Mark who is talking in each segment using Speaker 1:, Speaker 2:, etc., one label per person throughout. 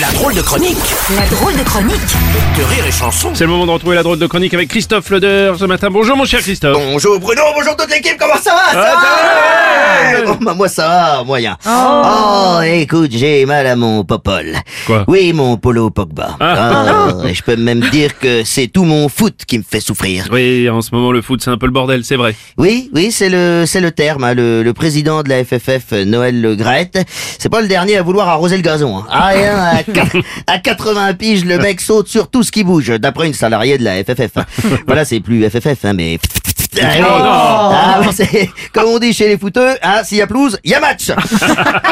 Speaker 1: La drôle de chronique
Speaker 2: La drôle de chronique
Speaker 1: de Rire et Chanson.
Speaker 3: C'est le moment de retrouver la drôle de chronique avec Christophe Leder ce matin. Bonjour mon cher Christophe.
Speaker 4: Bonjour Bruno, bonjour toute l'équipe, comment ça va, ça
Speaker 3: Ah,
Speaker 4: va Bon, bah, moi ça va, moyen. Oh, écoute, j'ai mal à mon popol.
Speaker 3: Quoi
Speaker 4: Oui, mon polo Pogba. Ah, et je peux même dire que c'est tout mon foot qui me fait souffrir.
Speaker 3: Oui, en ce moment le foot c'est un peu le bordel, c'est vrai.
Speaker 4: Oui, oui, c'est le, c'est le terme. hein. Le, le président de la FFF, Noël Le Graët, c'est pas le dernier à vouloir arroser le gazon. hein. Ah, rien, à, qua- à 80 piges, le mec saute sur tout ce qui bouge, d'après une salariée de la FFF. Voilà, c'est plus FFF, hein, mais... Ah, oui.
Speaker 3: Oh, non.
Speaker 4: Ah, bah, c'est- comme on dit chez les fouteux, hein, s'il y a pelouse, il y a match.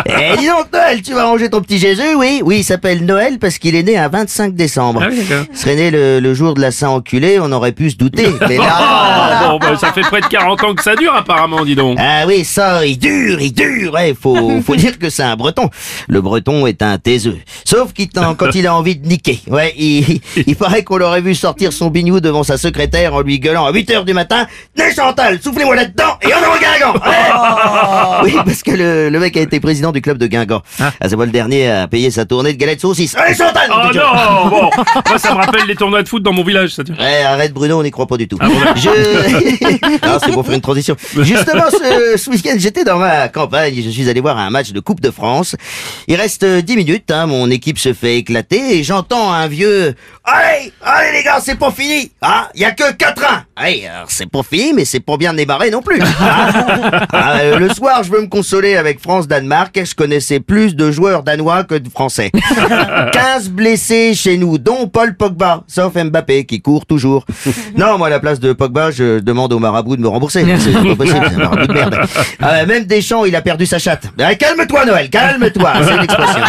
Speaker 4: Eh, dis donc, Noël, tu vas ranger ton petit Jésus, oui Oui, il s'appelle Noël parce qu'il est né un 25 décembre.
Speaker 3: Ah oui, d'accord.
Speaker 4: Il serait né le, le jour de la Saint-Enculé, on aurait pu se douter, mais là...
Speaker 3: Ah, bon, bah, ça fait près de 40 ans que ça dure apparemment, dis donc.
Speaker 4: Ah oui, ça, il dure, il dure. Ouais, faut, faut dire que c'est un breton. Le breton est un taiseux. Sauf qu'il t'en- quand il a envie de niquer. Ouais, il, il paraît qu'on l'aurait vu sortir son bignou devant sa secrétaire en lui gueulant à 8 heures du matin. Tenez Chantal, soufflez-moi là-dedans et on en Guingamp Ouais. Oui, parce que le, le mec a été président du club de Guingamp. Oh Ah, c'est moi le dernier à payer sa tournée de galettes saucisses. Allez Chantal
Speaker 3: Oh non, bon, moi ça me rappelle les tournois de foot dans mon village, ça. tu-
Speaker 4: Ouais, Eh, arrête Bruno, on n'y croit pas du tout. Je... non, c'est pour faire une transition. Justement, ce, ce week-end, j'étais dans ma campagne, je suis allé voir un match de Coupe de France. Il reste euh, 10 minutes, hein, mon équipe se fait éclater et j'entends un vieux « Allez, allez les gars, c'est pas fini hein, Il y a que 4 ans !» Ouais, alors c'est pas fini, mais c'est pas bien démarré non plus. hein. Ah, euh, le soir, je veux me consoler avec France-Danemark, je connaissais plus de joueurs danois que de français. 15 blessés chez nous, dont Paul Pogba, sauf Mbappé qui court toujours. Non, moi à la place de Pogba, je demande au marabout de me rembourser. C'est pas possible, c'est un marabout de merde. Ah, même Deschamps, il a perdu sa chatte. Ah, calme-toi Noël, calme-toi, c'est une expression.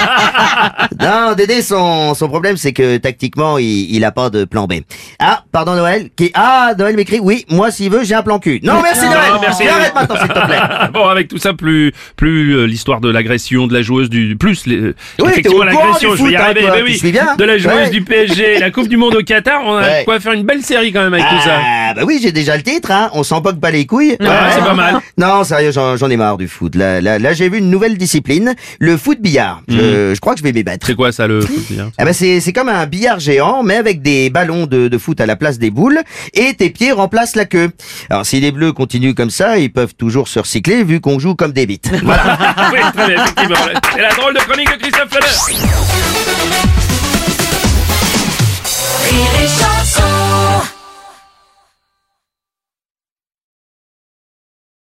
Speaker 4: Non, Dédé, son, son problème, c'est que tactiquement, il, il a pas de plan B. Ah, pardon Noël, qui Ah, Noël m'écrit, oui, moi s'il veut, j'ai un plan cul. Non, merci Noël,
Speaker 3: Non, merci.
Speaker 4: Et arrête maintenant s'il te plaît.
Speaker 3: Bon, avec tout ça, plus, plus euh, l'histoire de l'agression de la joueuse du plus les- euh,
Speaker 4: Oui,
Speaker 3: effectivement
Speaker 4: t'es au courant
Speaker 3: l'agression,
Speaker 4: du
Speaker 3: je vais y
Speaker 4: foot, hein,
Speaker 3: arriver,
Speaker 4: toi,
Speaker 3: mais
Speaker 4: tu
Speaker 3: oui,
Speaker 4: suis bien.
Speaker 3: de la joueuse
Speaker 4: Ouais.
Speaker 3: du PSG, la Coupe du Monde au Qatar, on a
Speaker 4: Ouais.
Speaker 3: quoi faire une belle série quand même avec tout ça.
Speaker 4: Ah, bah oui, j'ai déjà le titre, hein. On s'en poque pas les couilles.
Speaker 3: Ouais, c'est pas mal.
Speaker 4: Non, sérieux, j'en j'en ai marre du foot. Là, là, là j'ai vu une nouvelle discipline, le foot billard. Je, je crois que je vais m'y battre.
Speaker 3: Hmm. C'est quoi ça le foot hein
Speaker 4: Ah bah c'est c'est comme un billard géant, mais avec des ballons de, de foot à la place des boules, et tes pieds remplacent la queue. Alors si les bleus continuent comme ça, ils peuvent toujours se recycler vu qu'on joue comme des bites.
Speaker 3: Ah oui, très bien, effectivement. C'est la drôle de chronique de Christophe Leder.
Speaker 2: Rire et chanson